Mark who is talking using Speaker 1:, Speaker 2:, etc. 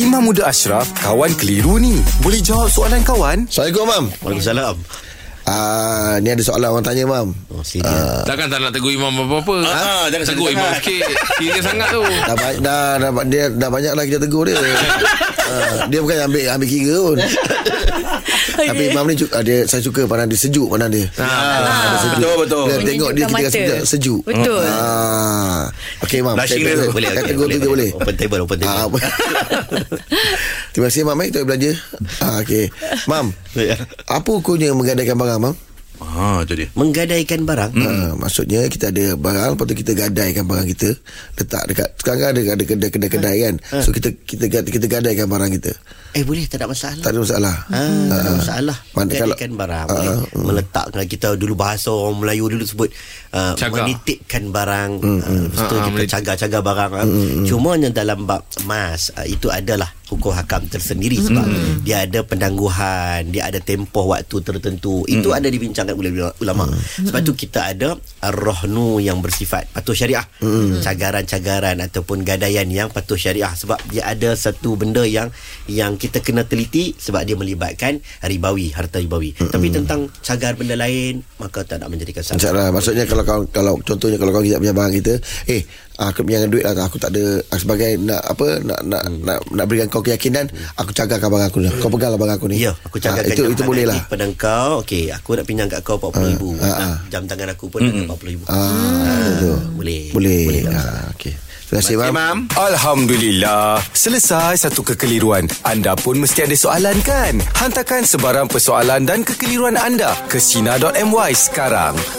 Speaker 1: Imam Muda Ashraf, kawan keliru ni. Boleh jawab soalan kawan?
Speaker 2: Assalamualaikum, Mam.
Speaker 3: Waalaikumsalam.
Speaker 2: Ah, ni ada soalan orang tanya, Mam.
Speaker 3: Oh, serius.
Speaker 2: Ah,
Speaker 4: Takkan tak nak tegur imam apa-apa Ha?
Speaker 3: Ah, ah, jangan
Speaker 4: Tegur
Speaker 3: sangat.
Speaker 4: imam sikit Kira sangat tu
Speaker 2: Dah, ba- dah, dah, ba- dia, dah banyak lah kita tegur dia. Ah, dia bukan ambil ambil kira pun. Tapi Imam ni cu- ah, dia, saya suka pandang dia sejuk pandang dia. 啊
Speaker 3: Ah, betul betul.
Speaker 2: Bila tengok dia kita rasa
Speaker 5: Menunjukkan
Speaker 2: sejuk. sejuk.
Speaker 5: mata. Betul.
Speaker 2: Ah. Okey, Mam.
Speaker 3: Blushing dia
Speaker 2: saya-
Speaker 3: tu boleh.
Speaker 2: saya
Speaker 3: okey,
Speaker 2: tegur tu dia boleh.
Speaker 3: Open table open table.
Speaker 2: Ah, apa- Terima kasih Mam eh Kita belanja ah, okay. Mam
Speaker 3: Ya.
Speaker 2: Apa hukumnya menggadaikan barang Mam?
Speaker 4: Ah, tu dia
Speaker 3: Menggadaikan barang.
Speaker 2: Hmm. Ha, maksudnya kita ada barang lepas tu kita gadaikan barang kita letak dekat sekarang kan ada ada
Speaker 3: Ah.
Speaker 2: kedai-kedai kan. So kita kita gad- kita gadaikan barang kita.
Speaker 3: Eh boleh tak ada masalah.
Speaker 2: Tak ada masalah. Ah.
Speaker 3: Ha, tak ada masalah
Speaker 2: Mana kalau-
Speaker 3: Menggadaikan barang boleh.
Speaker 2: Ah,
Speaker 3: Meletakkan kita Dulu bahasa orang Melayu dulu sebut uh,
Speaker 4: Cagar.
Speaker 3: Menitikkan barang uh, Lepas tu
Speaker 4: Ah, ah,
Speaker 3: kita
Speaker 4: menitik.
Speaker 3: cagar-cagar barang uh. Cuma yang dalam bab emas uh, Itu adalah hukum hakam tersendiri
Speaker 4: Hmm,
Speaker 3: Sebab dia ada penangguhan Dia ada tempoh waktu tertentu Itu ada dibincangkan oleh ulama Sebab
Speaker 4: Hmm,
Speaker 3: tu kita ada Rohnu yang bersifat Patuh syariah Cagaran-cagaran Ataupun gadaian yang patuh syariah Sebab dia ada satu benda yang Yang kita kena teliti Sebab dia melibatkan ribawi Harta ribawi Tapi tentang cagar benda lain Maka tak nak menjadikan salah
Speaker 2: Insya-Allah maksudnya kalau kau kalau contohnya kalau kau kita punya barang kita, eh aku punya duit lah aku tak ada aku sebagai nak apa nak nak
Speaker 3: Hmm.
Speaker 2: nak, nak berikan kau keyakinan, aku cagarkan barang aku ni. Kau peganglah barang aku ni.
Speaker 3: Ya, aku cakap
Speaker 2: Ah, itu itu boleh lah.
Speaker 3: Pada kau, okey, aku nak pinjam kat kau 40 ribu.
Speaker 2: ah,
Speaker 3: Nah,
Speaker 2: ah.
Speaker 3: jam tangan aku pun mm. 40 ribu. Ah,
Speaker 2: betul.
Speaker 3: boleh.
Speaker 2: Boleh.
Speaker 3: Eh, Boleh tak
Speaker 2: Ha, okey. Terima kasih Mam.
Speaker 1: Alhamdulillah. Selesai satu kekeliruan. Anda pun mesti ada soalan kan? Hantarkan sebarang persoalan dan kekeliruan anda ke Sina.my sekarang.